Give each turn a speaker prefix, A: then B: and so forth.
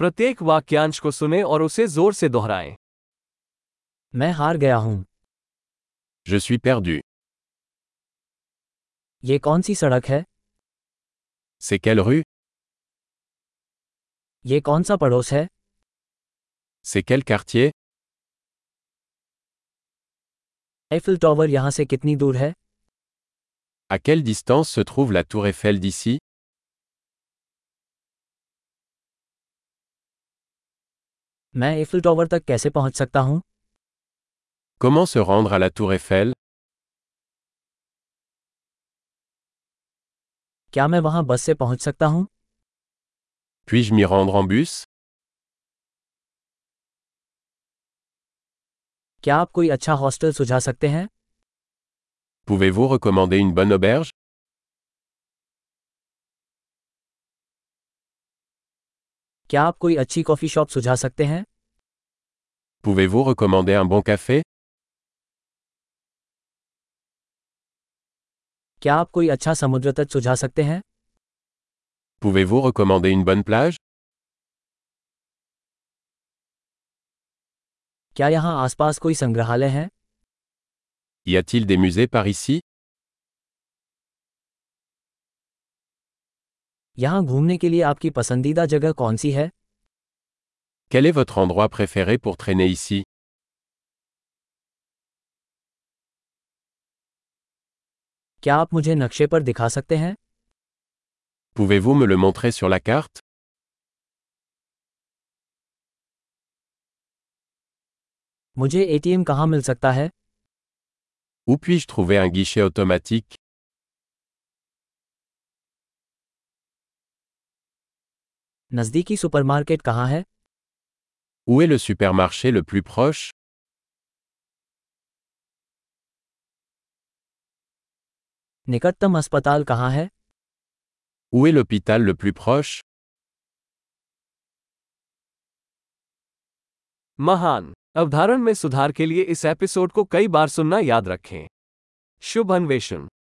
A: प्रत्येक वाक्यांश को सुने और उसे जोर से दोहराएं
B: मैं हार गया हूँ
C: Je suis perdu.
B: ये कौन सी सड़क है
C: C'est quelle rue
B: ये कौन सा पड़ोस है
C: C'est quel quartier
B: Eiffel tower यहाँ से कितनी दूर है
C: À quelle distance se trouve la tour Eiffel d'ici
B: मैं एफिल टॉवर तक कैसे पहुँच सकता हूँ
C: Comment se rendre à la tour Eiffel
B: क्या मैं वहाँ बस से पहुँच सकता हूँ
C: Puis-je m'y rendre en bus
B: क्या आप कोई अच्छा हॉस्टल सुझा सकते हैं
C: Pouvez-vous recommander une bonne auberge
B: क्या आप कोई अच्छी कॉफ़ी शॉप सुझा सकते हैं
C: Pouvez-vous recommander un bon café
B: क्या आप कोई अच्छा समुद्र तट सुझा सकते हैं
C: Pouvez-vous recommander une bonne plage
B: क्या यहाँ आसपास कोई संग्रहालय है
C: Y a-t-il des musées par ici
B: यहाँ घूमने के लिए आपकी पसंदीदा जगह कौन सी है
C: Quel est votre endroit préféré pour traîner ici
B: क्या आप मुझे नक्शे पर दिखा सकते हैं
C: Pouvez-vous me le montrer sur la carte
B: मुझे एटीएम कहाँ मिल सकता है
C: Où puis-je trouver un guichet automatique
B: नज़दीकी सुपरमार्केट कहाँ है
C: Où est le supermarché le plus proche
B: निकटतम अस्पताल कहाँ है
C: Où est l'hôpital le plus proche
A: महान अवधारण में सुधार के लिए इस एपिसोड को कई बार सुनना याद रखें शुभ अन्वेषण